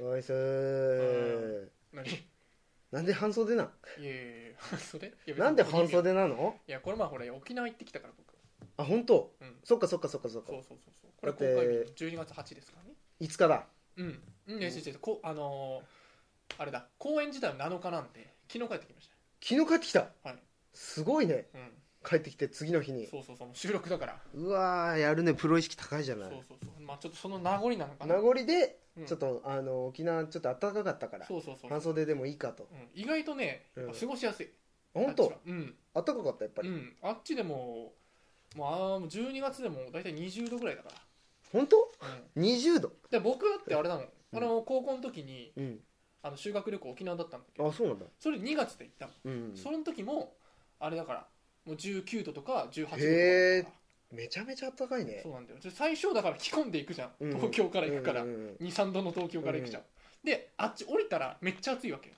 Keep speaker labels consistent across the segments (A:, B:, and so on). A: ナイ
B: う
A: ス
B: 何 い
A: なんで半袖なん
B: やいやいや半袖いや別に
A: なんで半袖なの
B: いやこの前ほら沖縄行ってきたから僕
A: あ本当
B: うん
A: そっかそっかそっかそっか
B: そうそうそうそうこれ
A: だっ
B: 公
A: て
B: 開日12月8ですからね
A: いつから
B: うんうんいや違う違うこあのーあれだ公演自体は7日なんで昨日帰ってきまし
A: 昨日帰ってきた
B: はい
A: すごいね
B: たうん
A: 帰ってきて次の日に
B: そうそうそうもう収録だから
A: うわーやるねプロ意識高いじゃ
B: そ
A: な
B: う
A: い
B: そうそうまあちょっとその名残なのか
A: 名
B: な
A: 残で
B: うん
A: ちょっとあの沖縄ちょっと暖かかったから
B: そうそうそう
A: 半袖でもいいかと
B: うん意外とねやっぱ過ごしやすい
A: 本
B: あっ
A: 当
B: ちはうん
A: 暖かかったやっぱ
B: う
A: り
B: んあっちでももうあーもう12月でも大体20度ぐらいだか
A: 本当
B: らうん
A: 20度
B: で僕だってあれだもんあの高校の時に
A: うん
B: あの修学旅行沖縄だったんだけど
A: あそうなんだ
B: それ2月で行ったもん
A: うん
B: その時もあれだからもう19度とか18度とか
A: へ
B: だ
A: ー
B: か
A: めちゃめちゃ暖かい
B: ら
A: ね
B: そうなんだよ最初だから着込んでいくじゃん
A: うん
B: 東京から行くから
A: うんうんうん
B: 23度の東京から行くじゃんであっち降りたらめっちゃ暑いわけよ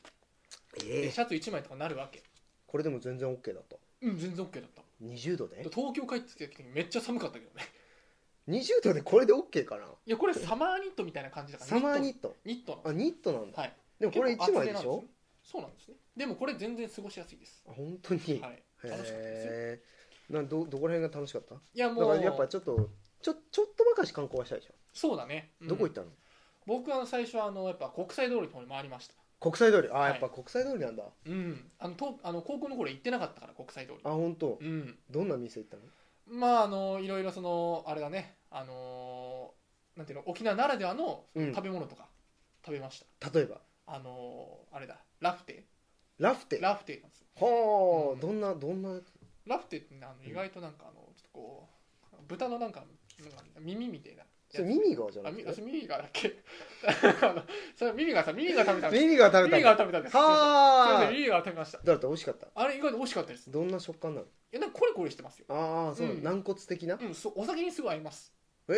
A: え
B: で
A: え
B: シャツ1枚とかなるわけ
A: これでも全然 OK だと
B: うん全然 OK だった
A: 20度で
B: 東京帰ってきた時にめっちゃ寒かったけどね
A: 20度でこれで OK かない
B: やこれサマーニットみたいな感じだから
A: サマーニット
B: ニット
A: あニットなんだ、
B: はい
A: でもこれ
B: 結構
A: 1枚で
B: 厚手なん
A: しょ
B: すねそうなんですねでもこれ全然過ごしやすいです
A: あ本当に、
B: はい
A: へ
B: 楽しかったですよ
A: えなんどどこら辺が楽しかった
B: いや
A: だ
B: も
A: か
B: う
A: らやっぱちょっとちょちょっとばかし観光はしたでしょ、
B: そうだね、うん
A: どこ行ったの
B: 僕は最初はあのやっぱ国際通りの方に回りました
A: 国際通りあ、
B: はい
A: やっぱ国際通りなんだ
B: うんあのとあの高校の頃行ってなかったから国際通り
A: あ本当、
B: うん
A: どんな店行ったの
B: まああのいろいろそのあれだねあのーなんていうの沖縄ならではの
A: うん
B: 食べ物とか食べました、
A: 例えば
B: あのーあれだラフテ
A: ラフテ
B: ラフテなんですよ
A: はあ、
B: うん
A: どんなどんな
B: ラフテってねあの
A: ん
B: 意外となんかあのちょっとこう豚のなんかなんか耳みたいな
A: それ
B: やつ
A: 耳がじゃ
B: あ
A: なく
B: みあ
A: て
B: それ耳がだっけ あのそれ耳がさ耳が食べたんです
A: 耳が食べた
B: 耳
A: ん
B: が
A: だ
B: 食べたんですすいま
A: は
B: せん
A: あ
B: 耳が食べました
A: だって美味しかった
B: あれ意外と美味しかったです
A: どんな食感なの
B: いやなんかコリコリしてますよ
A: ああそう、
B: うん
A: 軟骨的な、
B: うんそうお酒にすぐ合います
A: え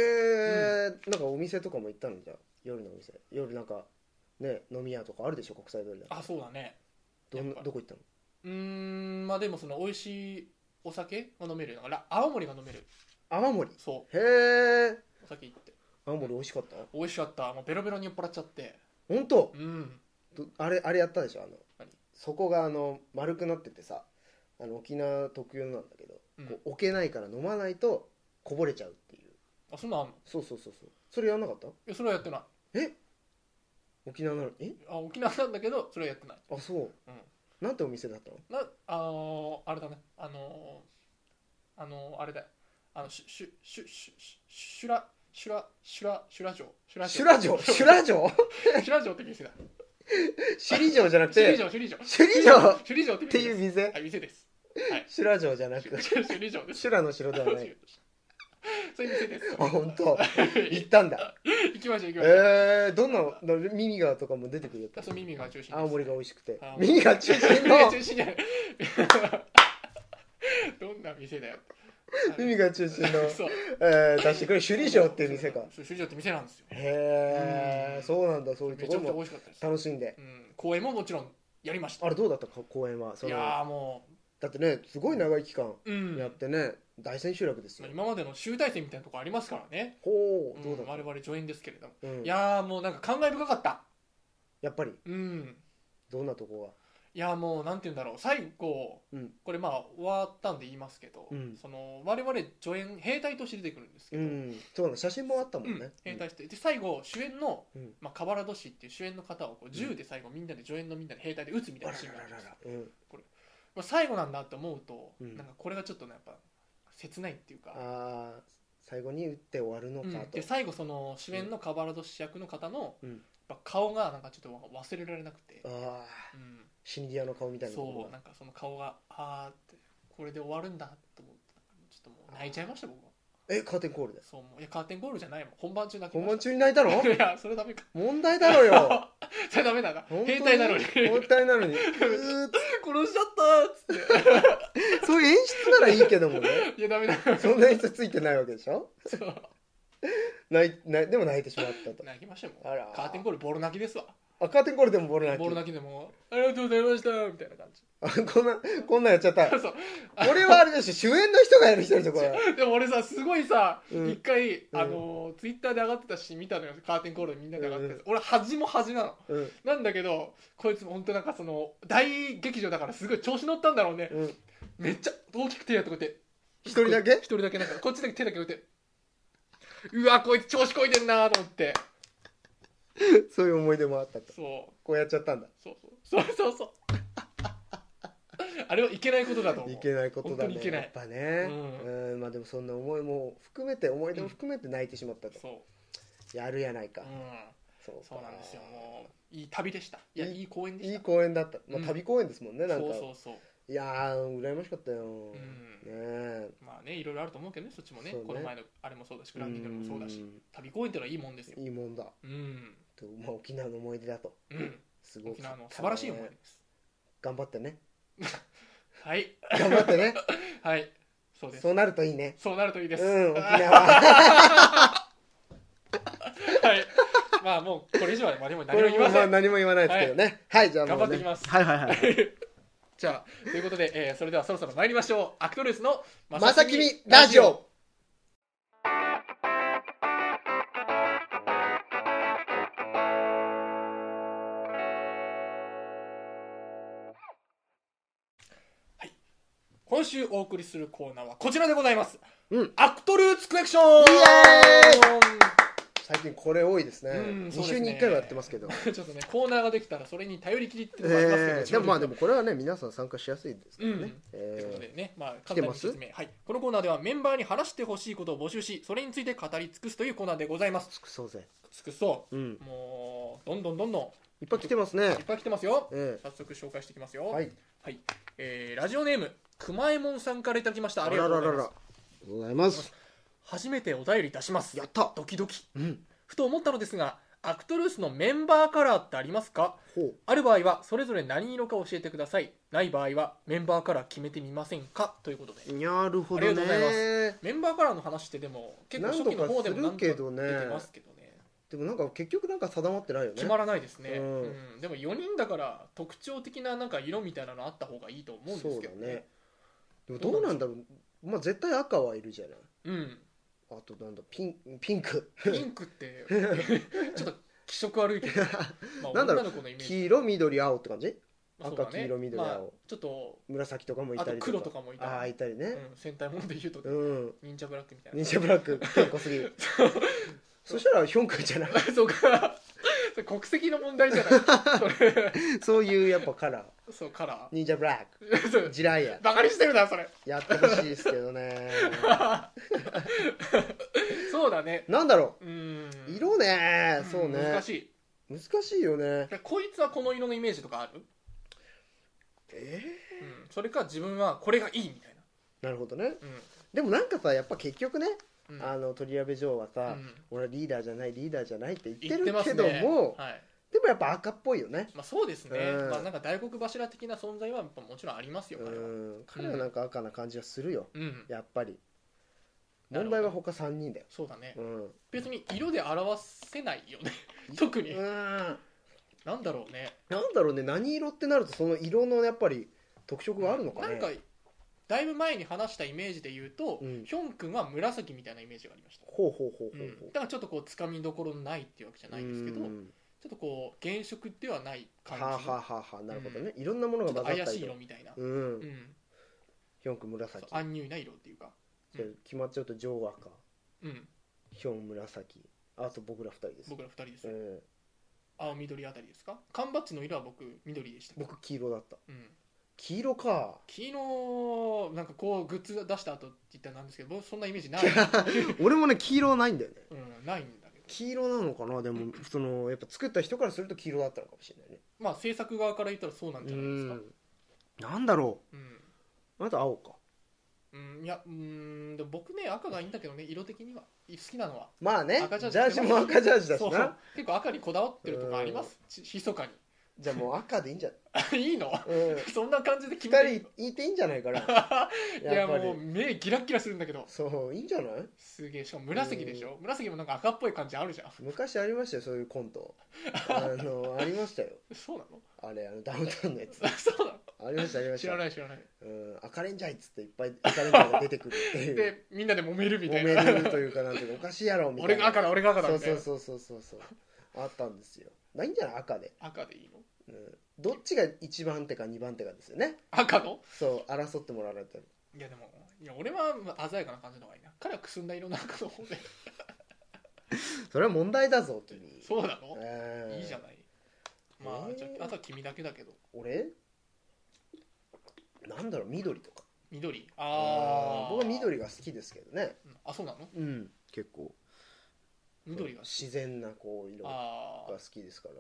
A: えなんかお店とかも行ったのじゃあ夜のお店夜なんかね飲み屋とかあるでしょ国際通りだと
B: あそうだね
A: どん
B: やっぱ
A: どこ行ったの
B: うーんまあでもその美味しいお酒が飲めるのがら青森が飲める
A: 泡盛
B: そ
A: へえ
B: うお酒行って
A: 泡盛美味しかった
B: 美味しかったもうベロベロに酔っ払っちゃって
A: 本当
B: うん
A: どあれあれやったでしょあの
B: 何
A: そこがあの丸くなっててさあの沖縄特有のなんだけど、
B: うん
A: こう置けないから飲まないとこぼれちゃうっていう
B: あそんなんあんのい
A: そうそうそうそうそれやんなかった
B: やそれはやってない
A: 沖縄なのにえ
B: あ沖縄なんだけどそれはやってない
A: あそう、
B: うん
A: なんてお店だったの
B: なあのーあれだねあのーあのーあれだよあのシュシュシュシュシュシュラシュラシュラシュラ城シュラ
A: シュラ城シュ ラ城
B: シュラ城って店だ
A: 首里城じゃなく
B: シュリ
A: て
B: 城シュリ城
A: 首里城っ
B: 首里城って
A: て
B: 店
A: いう
B: です
A: 店
B: はい店です
A: シュラ城じゃな
B: シ
A: く
B: ュシュ首里城です
A: シュラの城では
B: 間
A: な
B: 違
A: い
B: えたそういう店です
A: あ本当行
B: 行
A: ったんだ
B: きましょう行きましょう
A: えー、どんなの耳がとかも出てくるよ
B: あそう耳が中心
A: 青森が美味しくて
B: 青森
A: 耳が中心
B: 耳が
A: の
B: 中心じゃないどんな店だよ
A: 耳が中心の、
B: そう
A: えー、出してくれる首里城っていう店か
B: そう首里城って店なんですよ
A: へ
B: う
A: え
B: ん
A: そうなんだそういうと
B: め
A: こ
B: ちゃ
A: ろ
B: くちゃ美
A: も
B: 味しかったです
A: 楽しんで
B: うん公演ももちろんやりました
A: あれどうだったか公演はそ
B: い
A: の
B: やーも
A: だってねすごい長い期間
B: う、うん
A: やってね、大千秋楽です
B: ま
A: よ
B: あ今までの集大成みたいなとこありますからね、
A: ほ
B: う
A: うんどうだった、
B: 我々助演ですけれども、
A: うん
B: いやーもうなんか感慨深かった
A: やっぱり
B: うん
A: どんなとこ
B: いやーもうなんて言うんだろう最後、
A: うん
B: これまあ終わったんで言いますけど、
A: うん
B: その我々助演兵隊として出てくるんですけ
A: がう
B: ど、
A: んそうなの写真もあったもん
B: う
A: ね
B: ん、兵隊してで最後主演の、
A: うん
B: まあ、カバラド氏っていう主演の方をこう銃で最後みんなで助演のみんなで兵隊で撃つみ
A: あら
B: たいなシーン
A: ら
B: があ
A: ら
B: り
A: ら
B: まし
A: ら
B: た
A: うん
B: まあ最後なんだと思うと、
A: うん
B: なんかこれがちょっとねやっぱ切ないっていうか
A: ああ最後に打って終わるの
B: うん
A: かと、
B: で最後その主演のカバラド氏役の方の、
A: うん
B: やっぱ顔がなんかちょっと忘れられなくて、
A: ああ
B: うん
A: シンディアの顔みたいなとこ
B: そ
A: ろ
B: う
A: が
B: なんかその顔がああってこれで終わるんだと思ってちょっともう泣いちゃいました僕は
A: えカーテンコールで
B: そうもういやカーテンゴールじゃないもん本番中泣き
A: 本
B: まし
A: 番中
B: た
A: に泣いた の
B: いやそれダメか
A: 問題だろよ
B: それダメだな
A: 本当
B: 兵隊なのに
A: 問題なのにうーっ
B: 殺しちゃったーっつっ
A: とそういう演出ならいいけどもね
B: ていやダ メだ
A: そんな演出ついてないわけでしょ
B: そう
A: 泣い泣いでも泣いてしまったと
B: 泣きましたよも
A: あら
B: うカーテンゴールボロ泣きですわ
A: あカーテンコールでもボール
B: ボール
A: 泣き
B: だけでも「ありがとうございました」みたいな感じ
A: あこんなこんなんやっちゃった
B: そう
A: これはあれでしょ主演の人がやる人でしょこれ
B: でも俺さすごいさ一、
A: うん
B: 回、
A: うん
B: あのツイッターで上がってたし見たのよカーテンコールでみんなで上がってたやつ、俺恥も恥なの
A: うん
B: なんだけどこいつも本当なんかその大劇場だからすごい調子乗ったんだろうね
A: うん
B: めっちゃ大きく手やってこうやって
A: 一人だけ
B: 一人だけなんかこっちだけ手だけ打ってうわこいつ調子こいてんなと思って
A: そういう思い出もあったと
B: そう
A: こうやっちゃったんだ
B: そうそうそうそうそうあれはいけないことだと思う
A: いけないことだ
B: 本当に
A: ね
B: いけない
A: やっぱね
B: う
A: うんまあでもそんな思いも含めて思い出も含めて泣いてしまったと
B: そ
A: やるやないか
B: う、うん、
A: そうか
B: そうなんですよもういい旅でしたいや
A: いい
B: いい公演で
A: い
B: した
A: い公園だったま
B: う
A: あ
B: ん
A: 旅公園ですもんねなん
B: そう
A: か
B: そうそう
A: いやー羨ましかったよ
B: う
A: ね
B: ん
A: え
B: まあねいろいろあると思うけどねそっちもね
A: そうね
B: この前のあれもそうだしグランピングもそうだし
A: ん
B: 旅公演ってのはいいもんですよ
A: いいもんだ
B: うん、
A: とまあ沖縄の思い出だと
B: うん、
A: すごく
B: 沖縄の素晴らしい思い出です
A: 頑張ってね
B: はい
A: 頑張って ね
B: はいそうです
A: そうなるといいね
B: そうなるといいです、
A: うん 沖
B: は
A: 縄
B: いまあもうこれ以上は何も
A: こ
B: 何も
A: れ
B: 言い
A: も
B: ま
A: ま
B: せ
A: あ
B: ん
A: 何も言わないですけどねはいじゃあもうね
B: 頑張ってきます
A: はいはいはい
B: じゃあということで、えーそれではそろそろ参りましょうアクトレスのま
A: まさきみラジオ
B: 今週お送りするコーナーはこちらでございます、
A: うん
B: アクトルーツコレクション
A: 最近これ多いですね
B: うん
A: 2
B: そうですね
A: 週に1回はやってますけど
B: ちょっとねコーナーができたらそれに頼りきりっていうのもありますけど、
A: えーでもまあで
B: も
A: もこれはね皆さん参加しやすいですから
B: う
A: ね
B: んということ
A: え
B: でね、まあ、簡単に説
A: 来
B: 明、はい、このコーナーではメンバーに話してほしいことを募集しそれについて語り尽くすというコーナーでございます
A: ー尽くそうぜ
B: 尽くそ
A: うん
B: うもうどんどんどんどん
A: いっぱい来てますね
B: いっぱい来てますよ
A: え
B: 早速紹介していきますよ
A: えはい
B: はいえーラジオネームくまえもんさんからいただきましたあ
A: あ
B: りが
A: ら
B: とう
A: ら
B: ござ
A: ららご
B: います
A: ざいます
B: 初めてお便りいたします
A: やった
B: ドキドキ
A: うん
B: ふと思ったのですがアクトルースのメンバーカラーってありますか
A: ほ
B: ある場合はそれぞれ何色か教えてくださいない場合はメンバーカラー決めてみませんかということで
A: うなるほ
B: あ
A: ど
B: りがとうござい
A: ね
B: メンバーカラーの話ってでも結構初期の方でも
A: 何度かするけどね
B: 何度か出てますけどね
A: でもなんか結局なんか定まってないよね
B: 決まらないですね、う
A: うんん
B: でも4人だから特徴的ななんか色みたいなのあった方がいいと思うんですけ
A: そ
B: どね
A: うだねでもどうなんだろうまあ絶対赤はいるじゃない
B: うん
A: あとなんだピンピンク
B: ピンクって ちょっと気色悪いけど、まあ、
A: なんだろ
B: 女の子のイメージ
A: 黄色緑青って感じ
B: まあそうだ
A: 赤黄色緑青
B: まあ、ちょっと
A: 紫とかもい
B: あ
A: た
B: と
A: り
B: 黒とかもいた
A: ああいたりね
B: うん、戦隊もので言うと、
A: うん
B: 忍者ブラックみたい
A: 忍
B: な
A: 者 ブラック結構すぎるそしたらヒョン君じゃない
B: そうかそれ国籍の問題じゃないそれ
A: そういうやっぱカラー
B: そうカラ
A: 忍者ブラッ
B: ー そ
A: ク
B: う
A: ジライア
B: バカにしてるな それ
A: やってほしいですけどね
B: そうだね
A: なんだろ
B: うー
A: うん色ねそうね
B: ん難しい
A: 難しいよね
B: こいつはこの色のイメージとかある、
A: え
B: うん、それか自分はこれがいいみたい
A: なるほどね
B: な
A: でもなんかさやっぱ結局ね
B: うん、うん、
A: あの鳥矢部城はさ、
B: うん
A: 俺はリーダーじゃないリーダーじゃないって言
B: 言
A: っ
B: ってて
A: る
B: ま
A: け
B: す
A: ど
B: ね
A: も、
B: はい
A: でもやっぱ赤っぽいよね
B: まあ、そうですね、
A: うん
B: まあ、なんか大黒柱的な存在はやっぱもちろんありますよ
A: う
B: 彼は
A: ん彼はなんか赤な感じがするよ、
B: うん
A: やっぱり
B: なるほど
A: 問題は他3人だよ
B: そうだね
A: うん
B: 別に色で表せないよね特に、
A: うんなん
B: なんだろうね
A: だろうね何色ってなるとその色のやっぱり特色があるのかね
B: なんかだいぶ前に話したイメージで言うと、
A: うん
B: ヒョン君は紫みたいなイメージがありました、
A: ほうほうほうほう
B: うん
A: ほう
B: だからちょっとこうつかみどころないっていうわけじゃないですけど、
A: う
B: ち
A: ん
B: ょっとこう原色ではない
A: は
B: 感
A: あは
B: じ
A: あはあはあなるほどね、いろんなもの
B: ちょ
A: が
B: っと
A: 混ざった
B: 怪し
A: りと
B: い色
A: か
B: みたいな、
A: う
B: うんん、
A: ヒョン君
B: そう
A: 紫
B: 安入な色っていうか、
A: で決まっちゃうと女王赤
B: うん、
A: ヒョン紫あと僕ら2人です
B: 僕ら二人です、
A: うん
B: 青緑あたりですか缶バッジの色は僕緑でした
A: 僕黄色だった
B: うん、
A: 黄色か
B: 昨日なんかこうグッズ出した後って言ったらなんですけど僕そんなイメージない、
A: 俺もね黄色はないんだよね
B: うん、ないんだけど
A: 黄色なのかなでもそのやっぱ作った人からすると黄色だったのかもしれないね
B: まあ制作側から言ったらそうなんじゃないですか
A: うんなんだろ
B: うん
A: うあと青か
B: うんいやうんでも僕ね赤がいいんだけどね色的には好きなのは
A: まあね
B: 赤ジ
A: ジ
B: ャー
A: ャ
B: ジ
A: ージも赤ジャージだし
B: そう
A: な
B: 結構赤にこだわってるとこありますし密かに
A: じゃあもう赤でいいんじゃない、
B: いいの
A: うん、
B: そんな感じで決めて
A: 2人いていいんじゃないかな
B: いや
A: やっぱ
B: もう
A: り
B: 目ギラッギラするんだけど
A: そういいんじゃない
B: すげえしかも紫でしょ紫もなんか赤っぽい感じ あるじゃん
A: 昔ありましたよそういうコントあのありましたよ
B: そうなの
A: あれあのダウンタウンのやつ
B: そうな
A: ありましたありま
B: の
A: し
B: 知
A: た
B: らない知らない
A: うん、赤レンジャーいっつっていっぱい赤レンジャーが出てくるっていう
B: でみんなで揉めるみた
A: 揉
B: い
A: め
B: な
A: るというかなんていうかおかしいやろみたいな
B: 俺が赤だ俺が赤だ
A: そう
B: みたい
A: そう
B: な
A: そうそうそうそうあったんですよないんじゃない赤で、
B: 赤でいいの
A: うん、どっちが1番手か2番手かですよね
B: 赤の
A: そう争ってもらわれてる
B: いやでもいや俺は鮮やかな感じの方がいいな彼はくすんだ色の赤の 方で
A: それは問題だぞ君
B: そうなの
A: えー
B: いいじゃないま
A: えー
B: あじゃああとは君だけだけど
A: 俺なんだろう緑とか
B: 緑ああ
A: 僕は緑が好きですけどね
B: あそうなの
A: うん結構
B: 緑が好き
A: 自然なこう色が
B: あ
A: 好きですから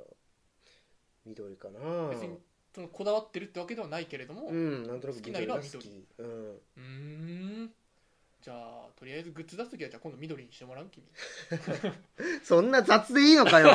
A: 緑かな
B: あ別にそのこだわってるってわけではないけれども
A: う
B: うん
A: なんとなく緑が好き
B: 好きな
A: うん
B: ーんじゃあとりあえずグッズ出す時はじゃあ今度緑にしてもらう 君い
A: そんな雑でいいのか よ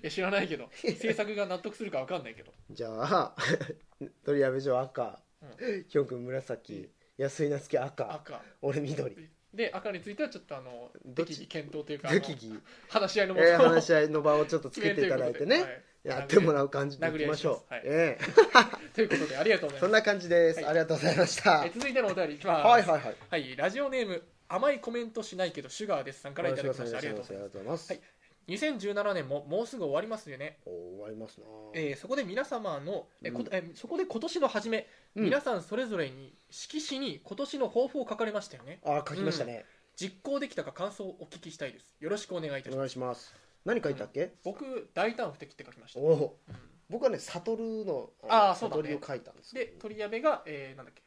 B: や知らない けど制作が納得するかわかんないけど
A: じゃあ 鳥矢部城赤
B: う
A: きょんくん紫安井夏樹赤
B: 赤
A: 俺緑
B: で赤についてはちょっとあの
A: どっ
B: 適
A: ち
B: 宜検討というかあの
A: 適宜、
B: 話し合いの も
A: えー、
B: と
A: 話し合いの場をちょっとつけていただいて ね、やっても
B: う
A: らう感じでいきましょう
B: 殴り合いしますはい
A: え
B: ということでありがとうご
A: え
B: ざ
A: そ
B: います
A: んな感じです、
B: はい
A: ありがとうございましたは
B: え
A: い
B: 続いてのお便りいきます
A: はいはい
B: はいラジオネーム甘いコメントしないけどシュガーですさんからいただきましたありがとうござい
A: あり
B: ま
A: が
B: す
A: とうございます、
B: はい2017年ももうすぐ終わりますよね、
A: お終わりますな、
B: えーそこで皆様のえこ
A: うん
B: えそこで今年の初め、
A: うん
B: 皆さんそれぞれに色紙に今年の抱負を書かれましたよね
A: あー書きましたね、
B: 実行できたか感想をお聞きしたいですよろしくお願いいたし
A: お
B: ます
A: 願いします何書いたっけ、
B: 僕大胆不敵って書きました、
A: おお
B: うん
A: 僕はね悟の
B: あーそうだね
A: 悟りを書いたんですけ
B: で
A: ど
B: 鳥矢部が、えーなんだっけ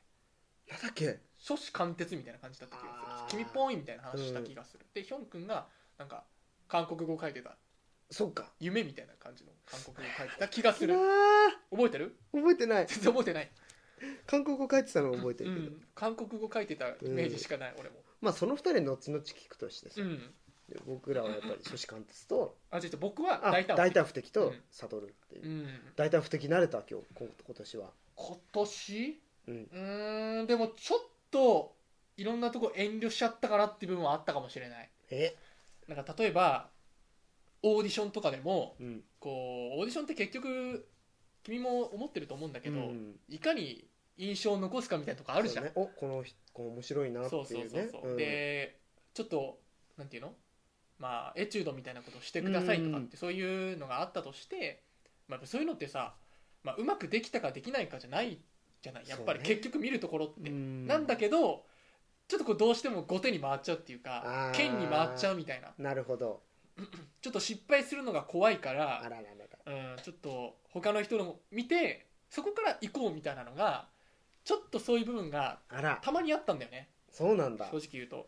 A: なんだっけ
B: 初子貫徹みたいな感じだった気が
A: あー
B: する君っぽいみたいな話した気がする、でヒョン君がなんか韓国語を書いてた
A: そうか
B: 夢みたいな感じの韓国語を書いてた気がす
A: あ
B: る
A: ー
B: 覚えてる
A: 覚えてない
B: 全然覚えてない
A: 韓国語書いてたの覚えてるけど、
B: うん、韓国語書いてたイメージしかない、俺も
A: まあその二人後々聞くとしてさ、
B: うん
A: で僕らはやっぱり初子貫徹と
B: あじゃあ僕は
A: あ
B: 大胆
A: 大胆不敵
B: う
A: と
B: ん
A: 悟るっていう、
B: うん
A: 大胆不敵慣れた今日こ今年は
B: 今年
A: うん
B: うーんでもちょっといろんなとこ遠慮しちゃったかなっていう部分はあったかもしれない
A: え
B: なんか例えばオーディションとかでも
A: うん
B: こうオーディションって結局君も思ってると思うんだけど、
A: うん
B: いかに印象を残すかみたいなとこあ
A: あ
B: るじゃん
A: ね、おこの人この面白いなって
B: そう
A: い
B: そう
A: う
B: そう
A: ね
B: そう、
A: うん
B: でちょっとなんていうのまあエチュードみたいなことをしてくださいとか
A: う
B: っ
A: んうん
B: てそういうのがあったとして、まあ、やっぱそういうのってさ、まあ、うまくできたかできないかじゃないじゃないやっぱり
A: そうね
B: 結局見るところって、
A: うん
B: なんだけどちょっとこうどうしても後手に回っちゃうっていうか
A: あー
B: 剣に回っちゃうみたいな
A: なるほど
B: ちょっと失敗するのが怖いか
A: あら
B: ら、
A: ららら
B: うん、ちょっと他の人のも見てそこから行こうみたいなのがちょっとそういう部分が
A: あら
B: たまにあったんだよね
A: そうなんだ
B: 正直言うと。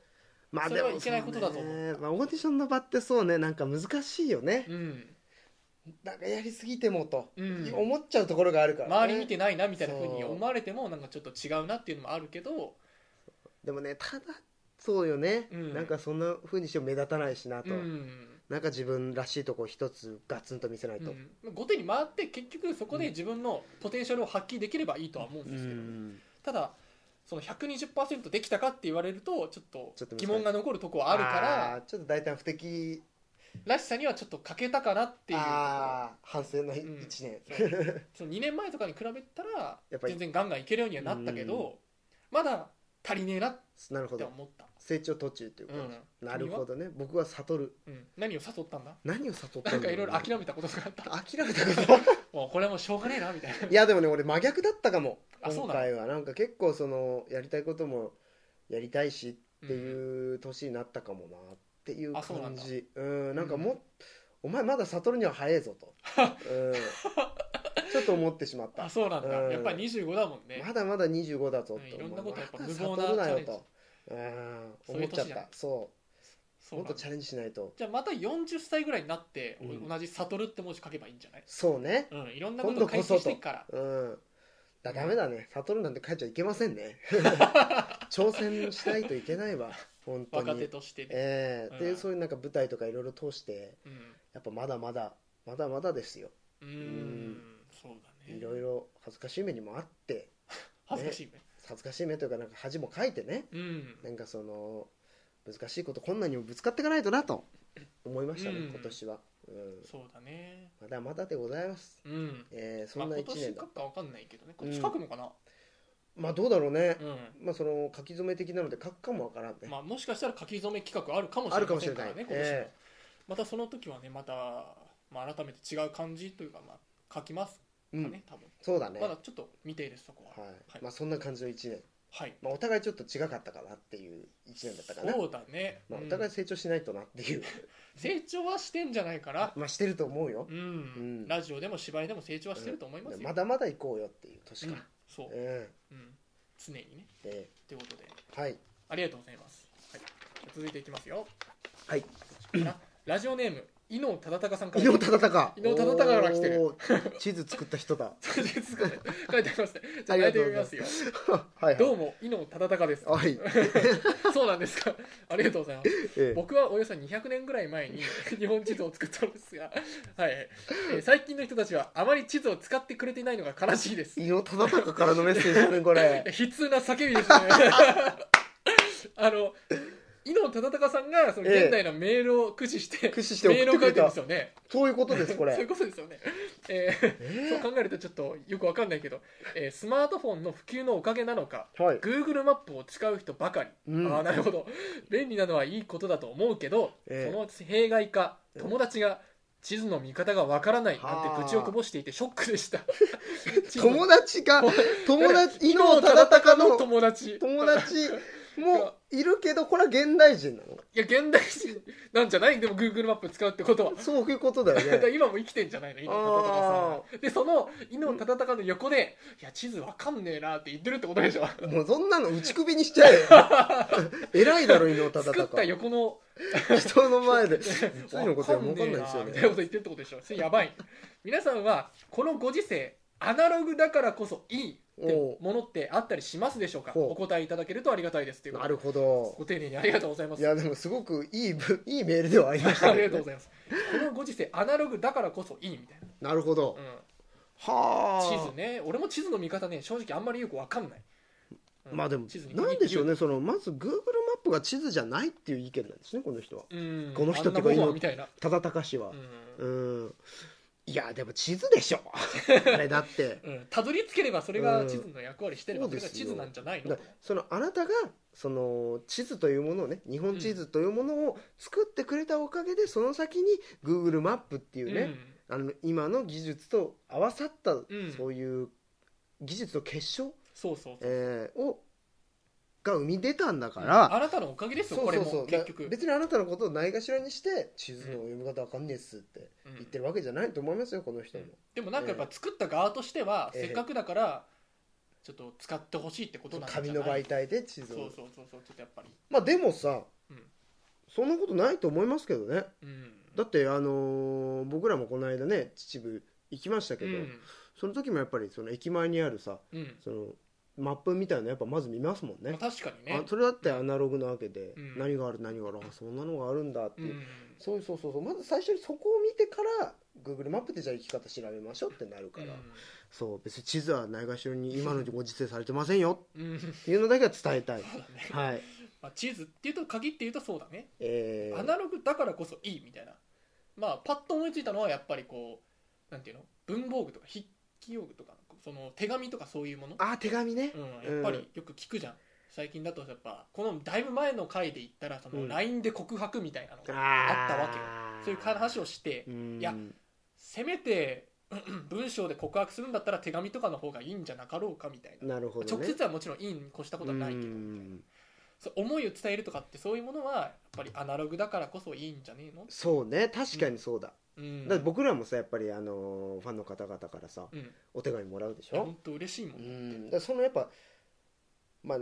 A: まあで
B: それは
A: も
B: いけないことだと思う
A: そうねまあ、オーディションの場ってそうねなんか難しいよね
B: うん
A: なんかやりすぎてもと、
B: うん
A: 思っちゃうところがあるから、ね、
B: 周り見てないなみたいなふうに
A: そう
B: 思われてもなんかちょっと違うなっていうのもあるけど
A: でもねただそうよね、
B: うん
A: なんかそんな風にしても目立たないしなと、
B: うん、
A: なんか自分らしいとこ一つガツンと見せないと、
B: うん、後手に回って結局そこで自分のポテンシャルを発揮できればいいとは思うん
A: う
B: ですけど、
A: ん
B: ただその120%できたかって言われるとちょっと
A: ちょっと難し
B: 疑
A: い
B: 問が残るとこはあるから
A: あーちょっと大胆不敵
B: らしさにはちょっと欠けたかなっていうところ
A: あー反省の
B: うん
A: 1年、
B: その2年前とかに比べたら
A: やっぱり
B: 全然ガンガンいけるようにはなったけど、まだ足りねえなっ
A: なるほ
B: て
A: ど
B: 思った、
A: 成長途中というこ
B: う
A: と
B: ん、
A: なるほどね僕は悟る
B: うん、何を誘ったんだ
A: 何を悟った
B: なん
A: だろ
B: かいうろいろ諦めたことがあった
A: 諦めたこと
B: もうこれはもうしょうがねえなみたいない
A: やでもね俺真逆だったかも
B: あそう
A: 今
B: なの
A: 回はなんか結構そのやりたいこともやりたいしっていう年になったかもなっていう
B: あそうな
A: 感
B: んだ
A: じうんなんかも、お前まだ悟るには早いぞと、 うん、ちょっと思ってしまっ
B: あ
A: た
B: そうなんだ、
A: うん
B: やっぱり25だもんね、
A: まだまだ25だぞと、
B: うんいろんなことやっぱ
A: まだ
B: 無謀な
A: 悟るなよ
B: チャレン
A: と、うん、
B: そうい
A: 思
B: う
A: っちゃっ
B: 年じゃん
A: たそ
B: そううな
A: も
B: ん
A: っ
B: だ
A: とチャレンジしないと
B: じゃあまた40歳ぐらいになって、お
A: うん
B: 同じ悟るって文字書けばいいんじゃない
A: そうね
B: うんいろんなことを解消していくから
A: うんだ
B: うん
A: ダメだね悟るなんて書いちゃいけません ね挑戦しないといけないわ本当
B: 若手
A: に
B: としてね、
A: ええ
B: う
A: で
B: ん
A: そういうなんか舞台とかいろいろ通して
B: うん
A: やっぱまだまだまだまだですよ
B: うーん
A: ん
B: そうだね
A: いろいろ恥ずかしい目にもあって
B: 恥ずかしいね
A: 恥ずかしい目というかなんか恥もかいてね
B: うん
A: なんかその難しいこと困難にもぶつかっていかないとなと思いましたね、
B: うん
A: 今年は、うん、
B: そうだね
A: まだまだでございます、
B: うん
A: えーそ
B: まあ
A: んな
B: 今
A: 1
B: 年
A: 年だ
B: 書くかわかんないけどね
A: う
B: 今
A: ん
B: 年書くのかな
A: まあどうだろうね、
B: うん、
A: まあその書き初め的なので書くかもわからんね、
B: まあもしかしたら書き初め企画あるかもしれない
A: あるかもしれない
B: ね今年も
A: え
B: またその時はねまた、まあ、改めて違う感じというか、まあ、書きます
A: え
B: か
A: うん、
B: ね、多分
A: そうだね、
B: ま
A: は
B: だちょっと未定ですそこははい、
A: いまあ、そんな感じの1年、まあ、お互いちょっと違かったかなっていう1年だったかな、
B: そうだね、
A: まあ、
B: うん
A: お互い成長しないとなっていう、
B: 成長はしてんじゃないかな
A: まあしてると思うよ
B: うん、
A: ん
B: ラジオでも芝居でも成長はしてると思いますよ、
A: まだまだ行こうよっていう
B: う
A: 年
B: ん
A: か、
B: そう
A: う、んえ
B: うん、常にね
A: え
B: ということで
A: はい
B: ありがとうございます、はい、続いていきますよ
A: はい
B: こっちかなラジオネーム伊能忠敬さんか
A: 伊
B: ら
A: 能忠敬
B: 伊能忠敬から来てる
A: おー地図作った人 だ
B: そうですかね書いてありますねじ
A: あ
B: ゃあ
A: り
B: 書
A: が
B: いて
A: とうござ
B: み
A: い
B: ま
A: ます
B: よ
A: はいはい
B: どうも伊能忠敬です
A: はい、
B: そうなんですかありがとうございます
A: ええ
B: 僕はおよそ200年ぐらい前に日本地図を作ったのですが、はいえー最近の人たちはあまり地図を使ってくれていないのが悲しいです
A: 伊能忠敬からのメッセージだねこ れ
B: 悲痛な叫びですね あの伊能忠敬さんがその
A: ええ
B: 現代のメールを駆使して,、
A: 駆使して送っ
B: メ
A: て
B: ー
A: くれ
B: ル
A: た
B: を書いてるんですよね
A: そういうことですこ
B: そういう
A: れ、
B: ことですよね、えーそう
A: え
B: 考えるとちょっとよくわかんないけど、えースマートフォンの普及のおかげなのか
A: えはい、
B: Google マップを使う人ばかり
A: うん
B: ああなるほど便利なのはいいことだと思うけど、
A: ええ
B: そのうち弊害か
A: ええ
B: 友達が地図の見方がわからないなん
A: は
B: て
A: あ
B: 愚痴をこぼしていてショック でした
A: 友達が友達伊能忠
B: か
A: 敬の
B: 友達
A: 友 達もいるけどこれは現代人なの
B: いや現代人なんじゃないでも Google マップ使うってことは、
A: そういうことだ
B: だ
A: よ
B: から
A: ね
B: 今も生きてんじゃないの伊能忠敬さんはでその伊能忠敬の横で「いや地図わかんねえな」って言ってるってことでしょ
A: もうそんなの打ち首にし ちゃえよ偉いだろ伊能忠
B: 作った
A: 敬
B: 横の
A: 人の前 で
B: わ
A: そういうのことはもう分かんない
B: み
A: ですよ
B: たい
A: ね
B: なこと言ってるってことでしょ。それやばい。皆さんはこのご時世アナログだからこそいいってものってあったりしますでしょうか。
A: おう
B: お答えいただけるとありがたいですということ
A: な
B: で。
A: るほど
B: ご丁寧にありがとうございま
A: い
B: す。
A: やでもすごくいいぶいいメールではありました
B: あり
A: ね
B: がとうございます。このご時世アナログだからこそいいみたい
A: なるほど
B: な。うん
A: はあ
B: 地図ね。俺も地図の見方ね、正直あんまりよくわかんない。うん
A: まあでも
B: 地図に
A: なんでしょう
B: ね。
A: ねそのまず Google マップが地図じゃないっていう意見なんですねこの人は
B: うん。
A: この人っていうか
B: あんなもんはみたいな。
A: 忠敬氏は
B: うん
A: うんいやでも地図で しょあれだって
B: うん。たどり着ければそれが地図の役割してれば
A: うん
B: それが地図なんじゃないの
A: だそのあなたがその地図というものをね日本地図というものを作ってくれたおかげでその先に Google マップっていうね、あの今の技術と合わさった、
B: ん
A: そういう技術の結晶、
B: そうそうそう、
A: えーをが生み出たんだか
B: あ
A: ら、
B: なたのおかげですよ
A: そうそうそ
B: こ
A: う
B: れも
A: だ
B: 結局、
A: 別にあなたのことをないがしろにして地図の読み方わかんねえっすって
B: うん
A: 言ってるわけじゃないと思いますよこの人も、
B: でもなんかやっぱ作った側としては、
A: ええ
B: せっかくだからちょっと使ってほしいってことなんじゃない
A: 紙の媒体で地図
B: そ
A: を
B: うそうそうそうちょっとやっぱり
A: まあでもさ、
B: うん
A: そんなことないと思いますけどね
B: うん
A: だってあのー僕らもこの間ね秩父行きましたけ
B: う
A: ど、
B: ん
A: その時もやっぱりその駅前にあるさ
B: うん
A: そのマップみたいなのやっぱまず見ますもん
B: まあ、
A: ね
B: 確かにね
A: あそれだってアナログなわけで、
B: うん
A: 何がある何があるあそんなのがあるんだって
B: う
A: いう、
B: ん
A: そうそうそうそうまず最初にそこを見てから Google マップでじゃあ行き方調べましょうってなるから、そう別に地図はないがしろに今のご時世されてませんよ
B: うん、うんそう
A: っていうのだけは伝えたい
B: だね
A: はい
B: まあ、地図っていうと限って言うとそうだね、
A: えー
B: アナログだからこそいいみたいなまあパッと思いついたのはやっぱりこうなんていうの文房具とか筆記用具とかその手紙とかそういうもの
A: あ手紙ね、
B: うん、やっぱりよく聞くじゃん、最近だとやっぱこのだいぶ前の回で言ったらそうの
A: ん
B: LINE で告白みたいなの
A: あー
B: が、あったわけよそういう話をして、
A: うん
B: いやせめて うん文章で告白するんだったら手紙とかの方がいいんじゃなかろうかみたいな、
A: なるほど、
B: 直
A: ね、
B: 接はもちろんいいに越したことはないけど、
A: うん
B: そう思いを伝えるとかってそういうものはやっぱりアナログだからこそいいんじゃねえの、
A: そうね確かにそうだ、
B: うん、
A: だって僕らもさやっぱりあのーファンの方々からさ
B: うん、い
A: お手紙もらうでし
B: や
A: ょ
B: 本当嬉しいもん、
A: うんだからそのやっぱまあ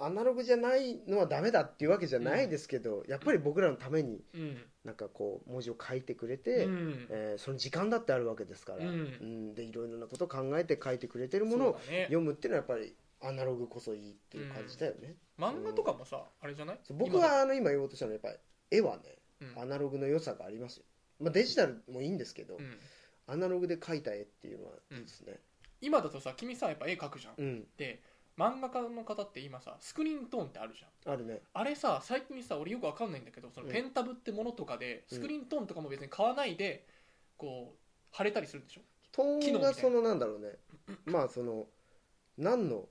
A: アナログじゃないのはダメだっていうわけじゃないですけど、やっぱり僕らのために
B: うん
A: なんかこう文字を書いてくれ
B: う
A: て、
B: ん
A: えーその時間だってあるわけですから、
B: うん
A: んでいろいろなことを考えて書いてくれてるもの
B: そ
A: を
B: うだね
A: 読むっていうのはやっぱりアナログこそいいっていう感じだよね、
B: 漫画とかもさあれじゃない
A: そう僕はあの今言おうとしたのはやっぱり絵はね
B: 今の
A: アナログの良さがありますよ、まあ、デジタルもいいんですけど、
B: うんうん
A: アナログで描いた絵っていうのはですね、
B: 今だとさ君さやっぱ絵描くじゃん、
A: うん
B: で漫画家の方って今さスクリーントーンってあるじゃん
A: あるね
B: あれさ最近さ俺よくわかんないんだけどその
A: うん
B: ペンタブってものとかで
A: うん
B: スクリーントーンとかも別に買わないでこう貼れたりするんでしょ、
A: トーンが
B: 機能
A: そ
B: み
A: のなんだろうねまあその何の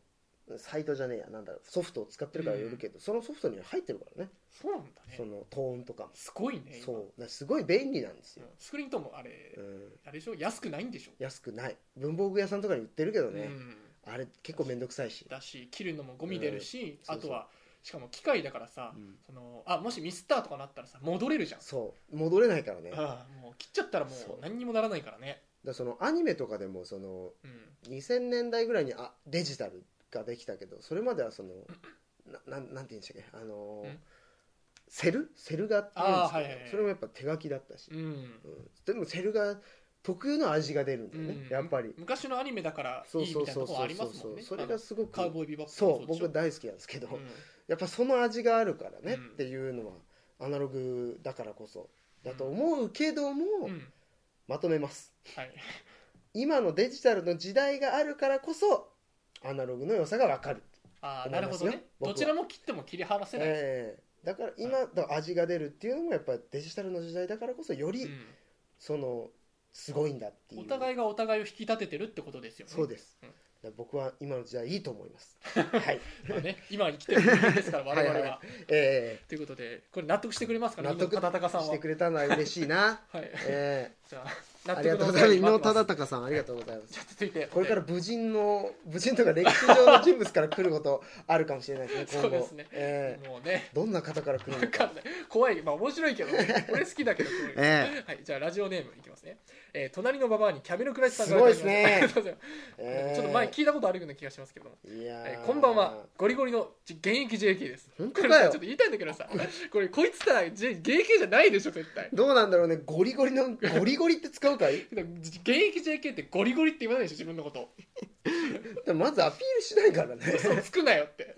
A: サイトじゃねえやなんだろうソフトを使ってるからよるけど、そのソフトには入ってるからね
B: そうなんだ
A: そ
B: ね
A: のトーンとかも
B: すごいね今
A: そうだからすごい便利なんです
B: う
A: よ
B: ん、スクリーントーンもあれ、
A: うん、
B: あれでしょ安くないんでしょ、
A: 安くない文房具屋さんとかに売ってるけど
B: う
A: ね、
B: ん、
A: あれ結構面倒くさいし、
B: だし切るのもゴミ出るし、
A: うん
B: あとはしかも機械だからさ、
A: うん
B: そのあもしミスったとかなったらさ戻れるじゃん、
A: そう戻れないからねだか
B: ああもう切っちゃったらも
A: そう
B: う何にもならないからね
A: らそのアニメとかでもその
B: うん
A: 2000年代ぐらいにあデジタルができたけどそれまではそのななんなんて言うんでしたっけあのー
B: うん
A: セルセル画っていうんですけど、
B: あーはいはいはい
A: それもやっぱ手書きだったし、
B: うん
A: うんでもセル画特有の味が出るんだよね、
B: うん
A: やっぱり
B: 昔のアニメだからいい
A: そう
B: みた
A: そ
B: い
A: そ
B: うなと
A: う
B: ころ
A: そ
B: あ
A: う
B: り
A: そ
B: ます
A: う
B: もんね
A: それがすご
B: あ
A: く
B: のカウボーイビバップ
A: そう
B: でしょ
A: 僕大好きなんですけど、
B: うん
A: やっぱその味があるからね、
B: うん
A: っていうのはアナログだからこそだと思うけども、
B: うん
A: まとめます
B: はい
A: 今のデジタルの時代があるからこそアナログの良さが分かる、
B: ああ
A: 思
B: ないる
A: ま
B: ほ
A: す
B: ど
A: よ
B: ね
A: 僕は
B: どちらも切っても切り離せない、
A: ええだから今だから味が出るっていうのもやっぱりデジタルの時代だからこそよりそのすごいんだって
B: う
A: い
B: ん
A: う
B: お互いがお互いを引き立ててるってことですよね
A: そうです、
B: うん
A: だから僕は今の時代いいと思います はい
B: まあね今生きてる人間ですから我々は
A: はいはえ
B: ということでこれ納得してくれます
A: え
B: かね
A: 納得
B: 今の片高さんは
A: してくれたのは嬉しい な
B: はい
A: え
B: じゃあ
A: え
B: 納
A: ありがとうございます
B: のお便り
A: 伊能
B: 待って
A: 忠敬
B: ます
A: さんありがとうございます
B: じゃあ続いて
A: これから武人の武人とか歴史上の人物から来ることあるかもしれないですね 今
B: そうで
A: 後
B: すね
A: ええ
B: もうね
A: どんな方から来る
B: わ
A: の
B: か
A: か
B: んない怖いまあ面白いけどね俺好きだけどこういう の
A: え
B: はいじゃあラジオネームいきますねえー隣のババアにキャメルクライスさん
A: すごいです
B: ら
A: ね
B: ただきましたありがとうございます
A: えええ
B: ちょっと前聞いたことあるような気がしますけども
A: いや
B: はい
A: ー
B: こんばんはゴリゴリのじ現役 JK です
A: 本当かよ
B: これさちょっと言いたいんだけどさこれこいつさ J- JK じゃないでしょ絶対
A: どうなんだろうねゴリゴリのゴリゴリって使うかい
B: 現役 JK ってゴリゴリって言わないでしょ自分のこと
A: でもまずアピールしないからね
B: 嘘つくなよって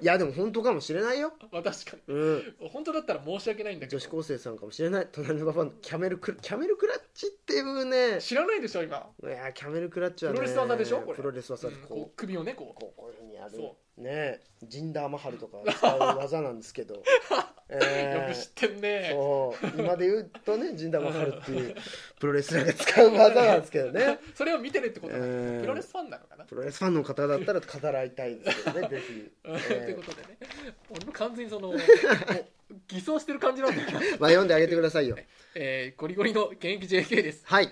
A: いやでも本当かもしれないよ、
B: まあ確か
A: うん、
B: に本当だったら申し訳ないんだけ
A: 女
B: ど
A: 子高生さんかもしれない隣のババアのキャメルクラキャメルクラッチっていうね
B: 知らないでしょ今
A: いやーキャメルクラッチはね
B: プロレス技でしょこれ
A: プロレス技で
B: うん
A: こう、
B: こう首をねこう
A: こうこういうふうにやる
B: そ
A: ねえジンダーマハルとか 使う技なんですけど、
B: よ
A: え
B: く知ってん
A: え
B: ね
A: そう今で言うとねジンダーマハルっていうプロレスラーが使う技なんですけどね、
B: それを見てねってことだ
A: ええ
B: プロレスファンなのかな
A: プロレスファンの方だったら語らいたいですけどねぜひ、
B: うんと
A: え
B: い
A: え
B: うことでね俺も完全に そのもう偽装してる感じなんだけ
A: ま
B: ど
A: あ読んであげてくださいよ
B: えーゴリゴリの現役 JK です
A: はい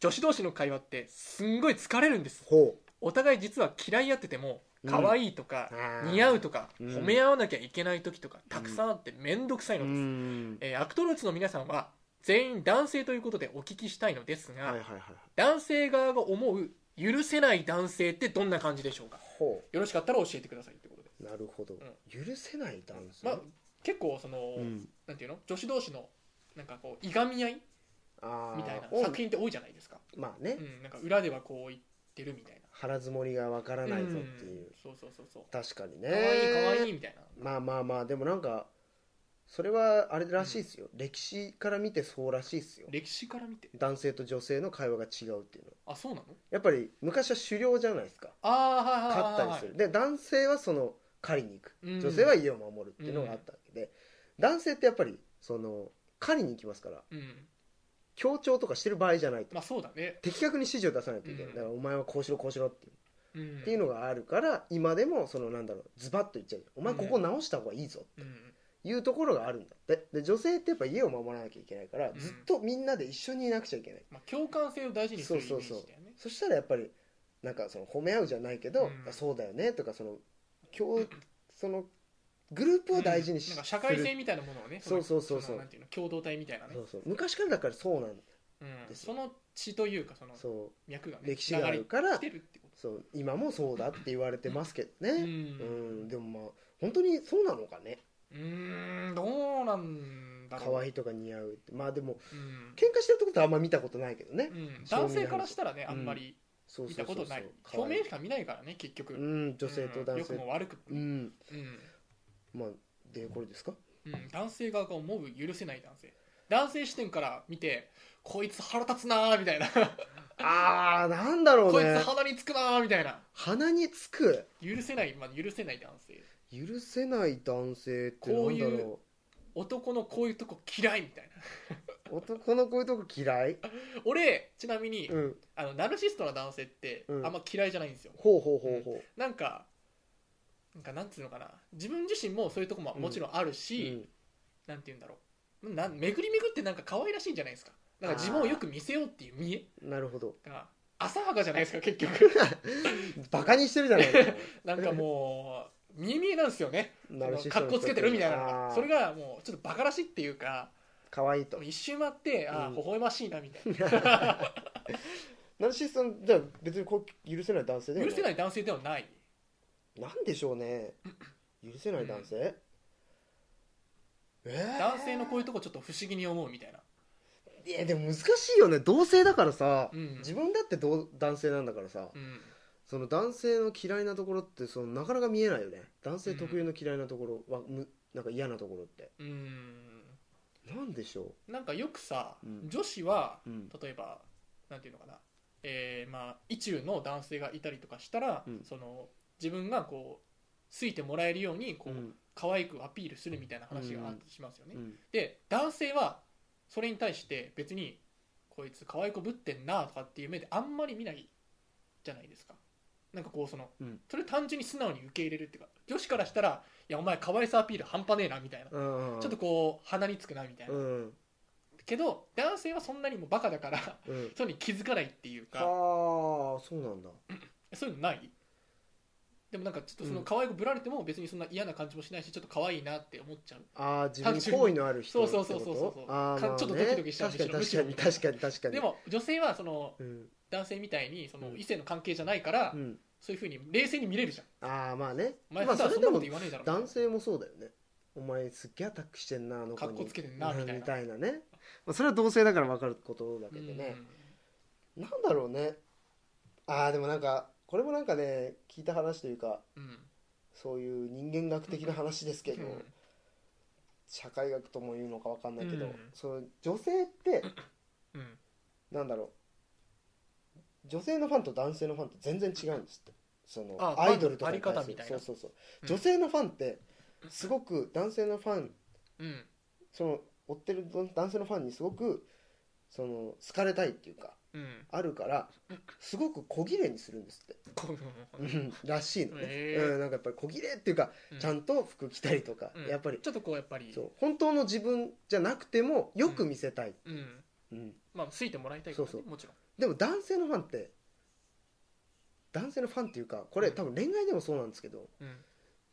B: 女子同士の会話ってすんごい疲れるんです
A: ほ
B: お互い実は嫌い合ってても
A: うん
B: 可愛いとか、
A: あー
B: 似合うとか、
A: うん
B: 褒め合わなきゃいけない時とかたくさんあって面倒くさいう
A: う
B: のです、
A: ん
B: えーアクトルーツの皆さんは全員男性ということでお聞きしたいのですが、
A: はいはいはい
B: 男性側が思う許せない男性ってどんな感じでしょうか
A: ほ
B: よろしかったら教えてくださいってことで、
A: うなるほど、
B: ん
A: 許せないダンス、
B: まあ、結構その、
A: うん、
B: なんていうの女子同士のなんかこういがみ合い
A: あー
B: みたいな
A: を
B: 作品って多いじゃないですか、
A: まあね、
B: うん、なんか裏ではこう言ってるみたいな
A: 腹積もりがわからないぞっていう、
B: んそうそうそうそう
A: 確かにね
B: かわいいかわいいみたいな
A: まあまあまあでもなんかそれはあれらしいですよ、歴史から見てそうらしいですよ
B: 歴史から見て
A: 男性と女性の会話が違うっていうのは
B: あそうなの
A: やっぱり昔は狩猟じゃないですか
B: ああーはいはい
A: 勝
B: はい
A: った
B: は
A: り
B: い
A: するで男性はその狩りに行く
B: うん
A: 女性は家を守るっていうのがあったわけで、男性ってやっぱりその狩りに行きますから
B: うん
A: 協調とかしてる場合じゃないと
B: まあそうだね
A: 的確に指示を出さないといけない、
B: うん
A: だからお前はこうしろこうしろっていう,、
B: うん
A: っていうのがあるから今でもそのなんだろうズバッと言っちゃうお前ここ直した方がいいぞ、
B: うん
A: いうところがあるんだってで女性ってやっぱ家を守らなきゃいけないから、
B: うん
A: ずっとみんなで一緒にいなくちゃいけない
B: まあ共感性を大事にするイメージだよね
A: そしたらやっぱりなんかその褒め合うじゃないけど、
B: うん
A: あそうだよねとかその共そのグループを大事にし、
B: うんなんか社会
A: す
B: 性
A: る
B: みたいなものをね
A: そうそうそうそう
B: のなんていうの共同体みたいなね
A: そうそう昔からだからそうなん
B: うん
A: です
B: その血というかその
A: そ
B: 脈が
A: う
B: ね
A: 歴史があ
B: 流
A: る
B: れ
A: から
B: 来てるってこ
A: そう今もそうだって言われてますけど
B: とう
A: ねうんんでもまあ本当にそうなのかね
B: うーんどうなんだろう
A: 可愛いとか似合うってまあでも
B: うん
A: 喧嘩してるとことはあんま見たことないけどね、
B: うん男性からしたらねあんまり
A: そう
B: 見
A: そ
B: た
A: うそ
B: こ
A: うそ
B: と
A: う
B: ない
A: 可愛
B: 表
A: い
B: 面しか見ないからね結局
A: うん女性と男性
B: うん良くも悪く
A: う
B: もね
A: ん
B: うん
A: まあでこれですか
B: うん男性側が思う許せない男性男性視点から見てこいつ腹立つなーみたいな
A: あーなんだろう
B: こいつ
A: ね
B: 鼻につくなーみたいな
A: 鼻につく
B: 許せない、まあ、許せない男性
A: 許せない男性ってなんだ
B: こうい
A: ろ
B: 男のこういうとこ嫌いみたいな
A: う男のこういうとこ嫌い
B: 俺ちなみに、
A: うん
B: あのナルシストな男性って、
A: うん
B: あんま嫌いじゃないんですよ
A: ほうほうほうほう
B: なんかなんかなんつうのかな自分自身もそういうとこも
A: うん
B: もちろんある
A: う
B: し、
A: ん
B: なんて言うんだろうなん巡り巡ってなんか可愛らしいんじゃないですかなんか自分をよく見せようっていう見え
A: なるほど
B: が浅はかじゃないですか 結局
A: バカにしてる じゃないか
B: なんかもう見え見えなんですよね
A: ナルシスト
B: かっ
A: の
B: こつけてるみたいなの
A: あ
B: が
A: ー
B: それがもうちょっとバカらしいっていうか
A: 可愛いと
B: 一周回ってああ
A: うん
B: 微笑ましいなみたい
A: ナルシストのじゃあ別にこう許せない男性だ
B: な
A: よ
B: 許
A: ね
B: せない男性ではない
A: なんでしょうね許せない男性えー
B: 男性のこういうとこちょっと不思議に思うみたいない
A: やでも難しいよね同性だからさ
B: うん
A: 自分だって同男性なんだからさ
B: うん
A: その男性の嫌いなところってそのなかなか見えないよね男性特有の嫌いなところはむなんか嫌なところって
B: うん
A: なんでしょ
B: なんかよくさ
A: うん
B: 女子は
A: ううん
B: 例えばなんていうのかなえーまあ意中の男性がいたりとかしたら
A: うん
B: その自分がこう好いてもらえるように
A: う
B: こうん可愛くアピールするみたいな話があるとしますよね
A: うん
B: で男性はそれに対して別にこいつ可愛い子ぶってんなとかっていう目であんまり見ないじゃないですかなんかこうその、
A: うん
B: それ単純に素直に受け入れるっていうか女子からしたら「いやお前可愛さアピール半端ねえな」みたいな、
A: うん
B: ちょっとこう鼻につくなみたいな、
A: うん
B: けど男性はそんなにもうバカだから
A: うん
B: そういうのに気づかないっていうか
A: はあそうなんだ
B: そういうのないでもなんかちょっとそうの
A: ん
B: 可愛い子ぶられても別にそんな嫌な感じもしないしちょっと可愛いなって思っちゃう
A: ああ自分に好意のある人ってこと
B: そうそうそうそうそう
A: あー
B: か
A: まあね
B: ちょっとドキドキしちゃう
A: 確かに
B: むしろ
A: 確かに確かに確かに
B: でも女性はその
A: うん
B: 男性みたいにその
A: うん
B: 異性の関係じゃないから、
A: うん
B: そういうふうに冷静に見れるじゃん
A: ああまあね
B: お前
A: ま
B: 普
A: あ
B: 段
A: そ
B: そ
A: れ
B: ん
A: で
B: なこと
A: も
B: 言わねえだろ
A: 男性もそうだよねお前すっげえアタックしてんなあの子に
B: かっこつけてんなみたいな
A: なね、まあ、それは同性だから分かることだけどね、なんだろうねああでもなんかこれもなんかね聞いた話というか
B: うんうん
A: そういう人間学的な話ですけど、
B: うん
A: 社会学とも言うのか分かんないけど、
B: うん
A: その女性って
B: うん
A: なんだろう女性のファンと男性のファンって全然違うんですってその
B: あ
A: アイドルとかに
B: ファンの
A: 対
B: あり方
A: す
B: み
A: る
B: たい
A: そ
B: な
A: うそうそう
B: うん
A: 女性のファンってすごく男性のファン
B: うん
A: その追ってる男性のファンにすごくその好かれたいっていうか
B: うん
A: あるからすごく小綺麗にするんですって
B: こう
A: うん らしいのね、
B: へー
A: うん、なんかやっぱり小綺麗っていうか
B: うん
A: ちゃんと服着たりとか、
B: うん
A: やっぱり
B: ちょっとこうやっぱり
A: そう本当の自分じゃなくてもよく見せたい、
B: うん
A: うん
B: まあ好いてもらいたいからね
A: そうそう
B: もちろん
A: でも男性のファンって男性のファンっていうかこれ
B: うん
A: 多分恋愛でもそうなんですけど
B: うん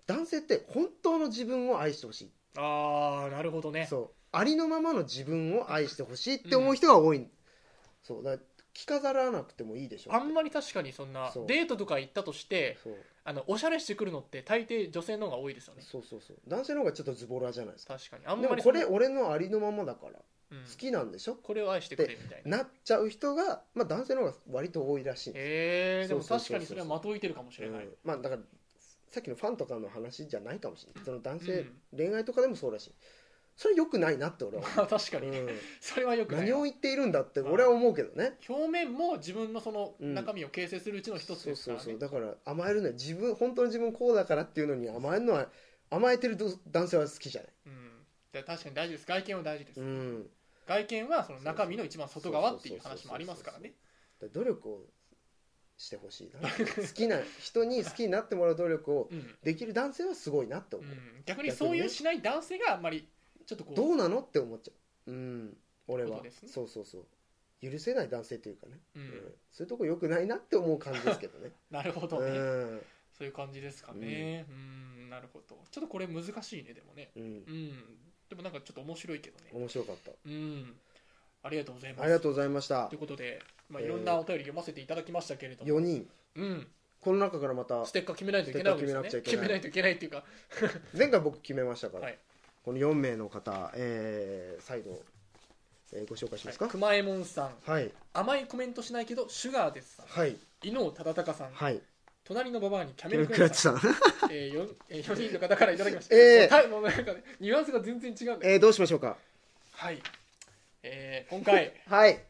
A: 男性って本当の自分を愛してほしい、
B: ああなるほどね
A: そうありのままの自分を愛してほしいって思う人が多い、そうだから着飾らなくてもいいでしょ
B: あんまり確かにそんな
A: そう
B: デートとか行ったとして
A: そう
B: あのおしゃれしてくるのって大抵女性の方が多いですよね
A: そうそうそう男性の方がちょっとズボラじゃないですか
B: 確かにあん
A: で
B: ま
A: も
B: り
A: これ
B: そんな
A: 俺のありのままだから
B: うん
A: 好きなんでしょ、
B: これを愛してくれみたいな
A: なっちゃう人が、まあ、男性の方が割と多いらしいんです
B: えーでも
A: そうそうそうそう
B: 確かにそれはまといてるかもしれ
A: う
B: ない
A: んまあだからさっきのファンとかの話じゃないかもしれないその男性、
B: うん
A: 恋愛とかでもそうらしいそれ良くないなって俺は
B: まあ 確か
A: 思う、
B: に
A: うん、
B: それはよくない
A: 何を言っているんだって俺は思うけどね
B: 表面も自分のその
A: うん
B: 中身を形成するうちの一つ
A: そう
B: です
A: そ
B: か
A: う
B: ら
A: そ
B: ね
A: うだから甘えるのは自分本当の自分こうだからっていうのに甘えるのは甘えてる男性は好きじゃない、
B: うんで確かに大事です外見は大事です、
A: うん、
B: 外見はその中身の一番外側っていう話もありますからね
A: だから努力をしてほしいな好きな人に好きになってもらう努力を
B: うん、
A: できる男性はすごいなって
B: う
A: 思う、
B: ん、逆にそういうしない男性があんまりちょっとこう
A: どうなのって思っちゃううん俺
B: こ
A: は、
B: とですね
A: そうそうそう許せない男性というかね、
B: うん
A: うんそういうとこ良くないなって思う感じですけどね
B: なるほ
A: う
B: どね、
A: ん
B: そういう感じですかねうんなるほどちょっとこれ難しいねでもね
A: うん
B: うんでもなんかちょっと面白いけどね
A: 面白かった
B: うんありがとうございます
A: ありがとうございまし
B: と
A: た
B: いうことで、まあ、
A: えー
B: いろんなお便り読ませていただきましたけれども、
A: 4人
B: うん、
A: この中からまた
B: ステッカー決めないといけないわけですよね
A: ステッカー
B: 決
A: 決
B: め
A: め
B: な
A: ない
B: といけないっていうか
A: 前回僕決めましたから、
B: はい
A: この4名の方、えー再度、えーご紹介しますか
B: くまえもんさん
A: はい
B: 甘いコメントしないけどシュガーですさん
A: はい
B: 伊能忠敬さん
A: はい
B: 隣のババアにキャ
A: ケル
B: メル
A: ク
B: ク
A: ラッ
B: ラッ
A: チ
B: チ
A: さん
B: えー、4, えー4人の方からいただきました、
A: えー
B: たもうなんかねニュアンスが全然違うんだ よ、
A: えーどうしましょうか
B: はい、えー今回
A: はい
B: ちょっ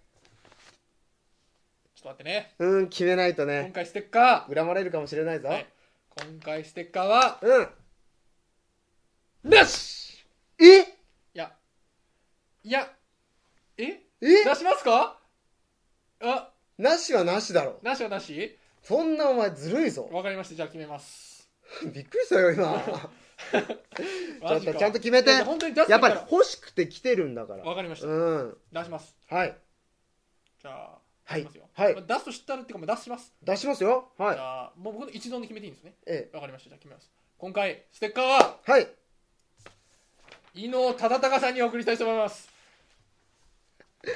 B: と待ってね
A: うん決めないと
B: 今
A: ね
B: 回ステッカ
A: 恨まれるかもしれない
B: ー、
A: ぞ、
B: はい、今回ステッカーは
A: う
B: なし
A: んえ
B: いやいやえ
A: え
B: 出しますかあ
A: なしはなしだろ
B: なしはなし
A: そんなお前ずるいぞ
B: わかりましたじゃあ決めます
A: びっくりしたよ今ちょ
B: マ
A: っ
B: ジ
A: と
B: か
A: ちゃんと決めて
B: いや本当に出 す
A: や
B: か
A: っぱ
B: ら
A: り欲しくて来てるんだから
B: わかりました、
A: うん
B: 出します
A: はい
B: じゃあ
A: はい
B: 出しますよ、
A: はい
B: まあ出すと知ったらっていうかもう出します、
A: 出しますよはい
B: じゃあもう僕の一存で決めていいんですね
A: え
B: わかりましたじゃあ決めます今回ステッカーは
A: えはい
B: 伊能忠敬さんにお送りしたいと思います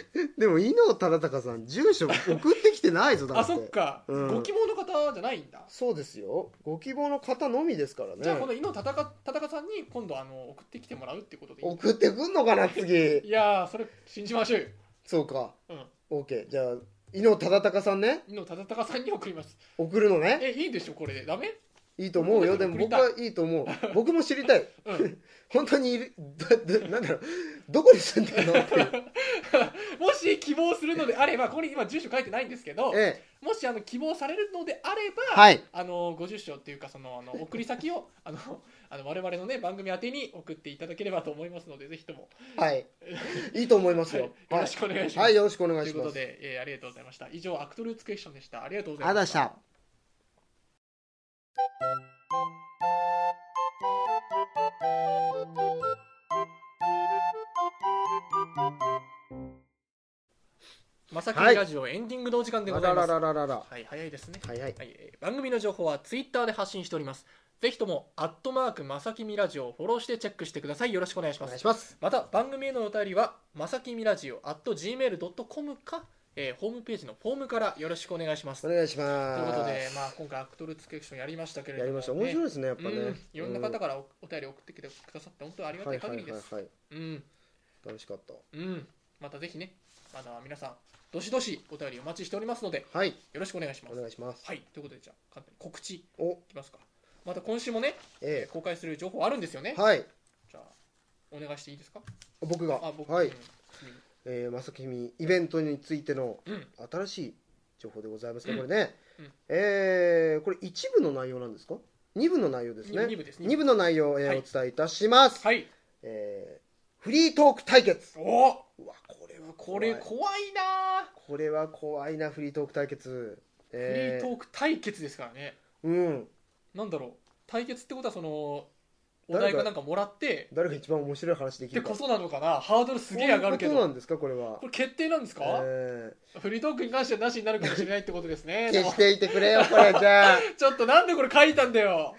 A: でも伊能忠敬さん住所送ってきてないぞだって
B: あそっか、
A: うん
B: ご希望の方じゃないんだ、
A: そうですよご希望の方のみですからね
B: じゃあこの伊能忠敬忠敬さんに今度あの送ってきてもらうってことでいい
A: 送ってくんのかな次
B: いやーそれ信じましょうよ
A: そうか
B: うん
A: OK じゃあ伊能忠敬さんね
B: 伊能忠敬さんに送ります
A: 送るのね
B: えいいでしょこれでダメ
A: いいと思うよでも
B: 送り
A: 僕
B: たい
A: はいいと思う 僕も知りたい
B: うん
A: 本当にいるだだなんだろうどこに住んでるのっていう
B: もし希望するのであればここに今住所書いてないんですけど
A: ええ
B: もしあの希望されるのであれば、
A: はい
B: あのご住所っていうかそのあの送り先をあのあの我々のね番組宛てに送っていただければと思いますのでぜひとも、
A: はいいいと思います
B: はい、よ
A: よは
B: ろ
A: い
B: しくお願いします。
A: はいよろしくお願い
B: とい
A: し
B: うこ
A: ま
B: と
A: す
B: で、えーありがとうございました。以上アクトルーツクエスチョンでした。ありがとうござ
A: あ
B: い
A: りがとうござい
B: ま
A: まし
B: し。
A: たた
B: まさきりラジオエンディングのお時間でご
A: あ
B: ざ
A: ら
B: いま
A: ら
B: す。
A: らららら
B: はい早いですね。
A: はいはい
B: はい、えー番組の情報はツイッターで発信しております。ぜひとも、アットマークまさきみラジオをフォローしてチェックしてください。よろしくお願いし
A: お
B: ま
A: 願い
B: す。
A: します
B: また、番組へのお便りは、まさきみラジオ at gmail.com か、えーホームページのフォームからよろしくお願いします。
A: お
B: という
A: 願いします
B: ことで、まあ、今回アクトルーツクエクションやりましたけれ
A: や
B: ども、
A: りました面白い
B: い
A: ですねやっぱね
B: うん、いろんな方
A: が
B: からおお便り送ってきてくださって、本当にありがたい限りです。
A: はいはいはいはい
B: うん、
A: 楽しかった
B: うん。またぜひね、まだ皆さん、どしどしお便りお待ちしておりますので、
A: はい、
B: よろしくお願いしま
A: お
B: す。
A: 願いします。
B: はい、ということで、じゃあ、簡単に告知い
A: お、
B: きますか。また今週もね、え
A: え
B: ー公開する情報あるんですよね
A: え。はい、
B: じゃあ、お願いしていいですか
A: 僕が、
B: あ、僕、
A: はい
B: うん、
A: ええまさきみイベントについての
B: うん
A: 新しい情報でございますね、
B: うん
A: これね。
B: うん
A: ええこれ一部の内容なんですか？二部の内容です
B: 二部二
A: ね。
B: 部です
A: 二部の内容を、えー
B: はい
A: お伝えいたします。
B: はい。
A: ええフリートーク対決。
B: おお
A: うわ、これは
B: こ
A: 怖い
B: れ怖いな
A: これは怖いなフリートーク対決。
B: ーフリー
A: え
B: トーク対決ですからね。
A: えうん。
B: なんだろう。対決ってことは、その、お
A: 誰
B: 題
A: が
B: かなんかもらって、
A: 誰が一番面白い話で
B: っ
A: き
B: て
A: るか。
B: こそなのかなハードルすげえ上がるけ
A: こういうこと
B: ど。
A: なんですかこれは
B: こ。れ決定なんですか、
A: え
B: フリートークに関してはなしになるかもしれないってことです
A: え
B: ね。
A: 消していてくれ よこれじゃあ。
B: ちょっとなんでこれ書いたんだよ。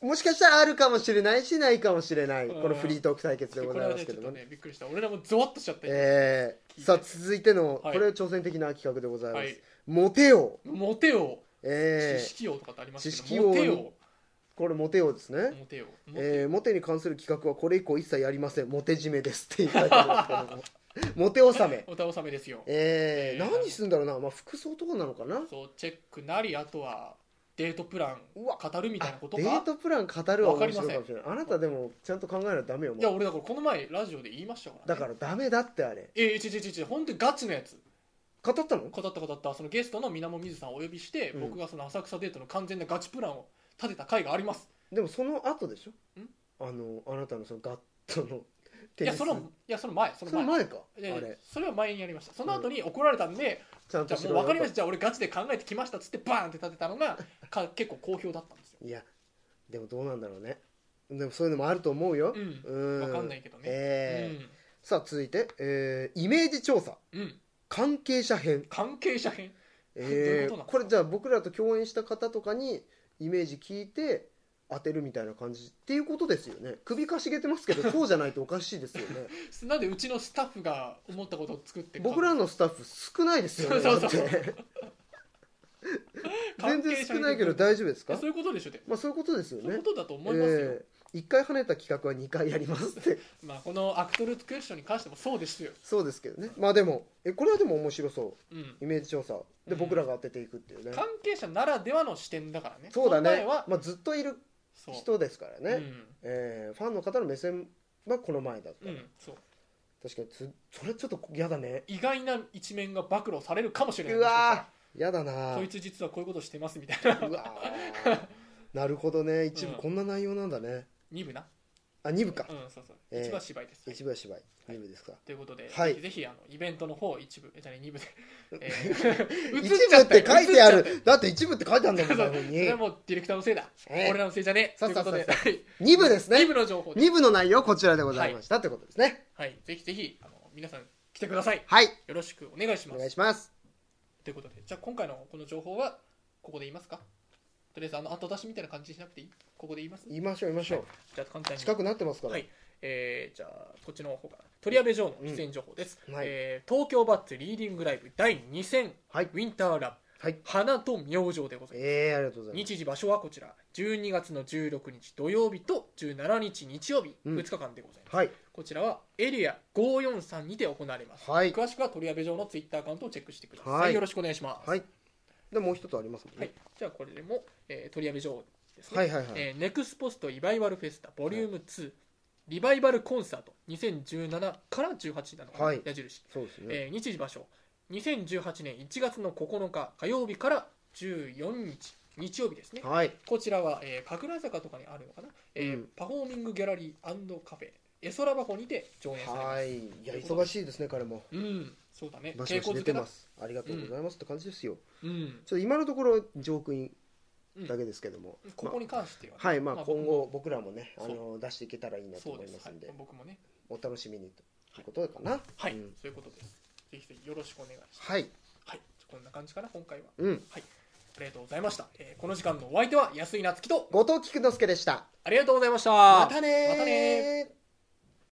A: もしかしたらあるかもしれないしないかもしれない
B: うん
A: このフリートーク対決で
B: これ
A: ござい
B: は
A: ま
B: ね、
A: すけ
B: ちょっ
A: ど
B: と
A: も
B: ね、びっくりした。俺らもゾワッとしちゃったよ。
A: えーさあ続いてのこ
B: はい
A: れは挑戦的な企画でございま
B: はい
A: す。モテ王
B: モテ王、
A: え
B: 知
A: ー
B: 識王とかってありますけ
A: 知
B: ど、
A: 識王
B: モテ
A: のこれモテ王です
B: 王、
A: ね
B: モテ王。モテ
A: えーモテに関する企画はこれ以降一切やりませんモテ締めですって書いてあるんですけ どもモテ納め
B: おたおさめですよ。
A: えー
B: えー
A: 何するんだろうなまあ服装とかなのかな
B: そう、チェックなり、あとはデートプラン
A: うわ
B: 語るみたいなこと
A: デー
B: か。
A: トプラン語るは
B: わか
A: 面
B: りま
A: 白い
B: せん
A: かもしれないあなたでもちゃんと考えないとダメよ
B: いや、
A: もう
B: 俺だからこの前、ラジオで言いましたから、ね。
A: だからダメだってあれ
B: えー、ちちちち、本当にガチのやつ。
A: 語ったの
B: 語った語った、そのゲストの水面みずさんをお呼びして、
A: うん
B: 僕がその浅草デートの完全なガチプランを立てた回があります。
A: でもその後でしょ
B: ん
A: あのあなたのそのガットの
B: い
A: テニ
B: や、
A: ス
B: その、いや、その前、その
A: その
B: 前。
A: 前かあ
B: いやいや
A: れ
B: それは前にやりましたその後に怒られたんで、
A: ちゃん
B: じ
A: と
B: ゃあ
A: し
B: もう
A: ろよ
B: 分かりましたじゃあ俺ガチで考えてきましたっつってバーンって立てたのがか結構好評だったんですよ
A: いやでもどうなんだろうねでもそういうのもあると思うよ
B: うん
A: う、ん
B: 分かんないけどね、
A: えーさあ続いて、えーイメージ調査
B: うん、うん、
A: 関係者編、
B: 関係者編
A: えー
B: どういうことなんです
A: こ
B: か
A: れじゃあ僕らと共演した方とかにイメージ聞いて当てるみたいな感じっていうことですよね首かしげてますけ どそうじゃないとおかしいですよね
B: なんでうちのスタッフが思ったことを作って
A: 僕らのスタッフ少ないですよね
B: そうそうそう
A: だって全然少ないけど大丈夫です
B: か
A: か
B: そういうことでしょうね
A: まあそういうことですよ
B: そういう
A: ね
B: こ。とだと思いますよ、
A: ええ一回跳ねた企画は二回やりますって。
B: まあ、このアクトルーツクエスチョンに関してもそうですよ、
A: そうですけどね。まあでもえこれはでも面白そ
B: うん、
A: う。イメージ調査で
B: うん
A: 僕らが当てていくっていうね。
B: 関係者ならではの視点だからね
A: そうだ
B: この前
A: ね
B: は。
A: まあずっといる
B: そう
A: 人ですからね。
B: うん
A: ええファンの方の目線はこの前だった。
B: うん、そう
A: 確かにつそれちょっと嫌だね。
B: 意外な一面が暴露されるかもしれないう
A: わやだな
B: こいつ実はこういうことしてますみたいな
A: うわーなるほどね一部
B: うん
A: こんな内容なんだね
B: 2部な
A: あ二部か
B: うんそうそう、
A: えー
B: 一部は芝居です、
A: 一部は芝居二部ですか
B: ということで、
A: はい
B: ぜひぜひあのイベントの方一部えじゃあ ね二部で、えー、
A: 一部って書いてあ
B: 映っちゃっ
A: るだって一部って書いてあるんだもん
B: そう
A: 台本
B: たそれ
A: に
B: はもうディレクターのせいだ、
A: えー
B: 俺らのせいじゃねえ
A: そう
B: という
A: そう
B: こ
A: そ
B: と
A: う
B: で
A: 二部です
B: 2
A: ね
B: 部の情報です
A: 二部の内容こちらでございましたってことですね
B: はいぜひぜひあの皆さん来てください
A: はい
B: よろしくお願いし
A: お
B: ま
A: 願い
B: す
A: します
B: ということでじゃあ今回のこの情報はここで言いますかとりあえずあの後出しみたいな感じにしなくていいここで言います
A: 言いましょう言いましょう
B: じゃあ簡単に
A: 近くなってますから
B: はいえーじゃあこっちの方から鳥矢部城の出演情報です、
A: うんはい
B: えー東京バッツリーディングライブ第2戦、
A: はい
B: ウィンターラブ、
A: はい
B: 花と明星でございます
A: えーありがとうございます
B: 日時場所はこちら12月の16日土曜日と17日日曜日
A: うん
B: 2日間でございます、
A: はい
B: こちらはエリア543にて行われます、
A: はい
B: 詳しくは鳥矢部城のツイッターアカウントをチェックしてください、
A: はい
B: よろしくお願いします、
A: はいでもう一つありますもん
B: はい
A: ね
B: じゃあこれでも、えー、鳥矢部城ですね、
A: はいはいはい
B: えーネクスポストリバイバルフェスタボリューム2、リバイバルコンサート2017から18なのかな、
A: はい
B: 矢印、
A: そうですね
B: えー日時場所2018年1月の9日火曜日から14日日曜日ですね
A: はい
B: こちらは、えー神楽坂とかにあるのかな、えー
A: うん
B: パフォーミングギャラリーカフェ絵空箱にて上演されます
A: はいいや忙しいですね彼も
B: うんそうだね
A: バシバシ出
B: づ
A: て
B: け
A: ま
B: だ
A: すありがとうございますって感じですよ
B: うん
A: ちょっと今のところ上空だけですけども
B: ここに関してはね、
A: はいまあ
B: まあ
A: 今後僕らもね
B: そ
A: あ
B: う
A: の出していけたらいいなと
B: そう
A: 思
B: で、
A: いますす
B: はい
A: んで、
B: 僕もね
A: お楽しみにということかな
B: はい、
A: うん
B: そういうことですぜひぜひよろしくお願いします
A: はい
B: はいこんな感じかな今回は
A: うん
B: ありがとうございました、えーこの時間のお相手は安井なつきと
A: 後藤菊之助でした
B: ありがとうございました
A: またねー
B: またね
A: ー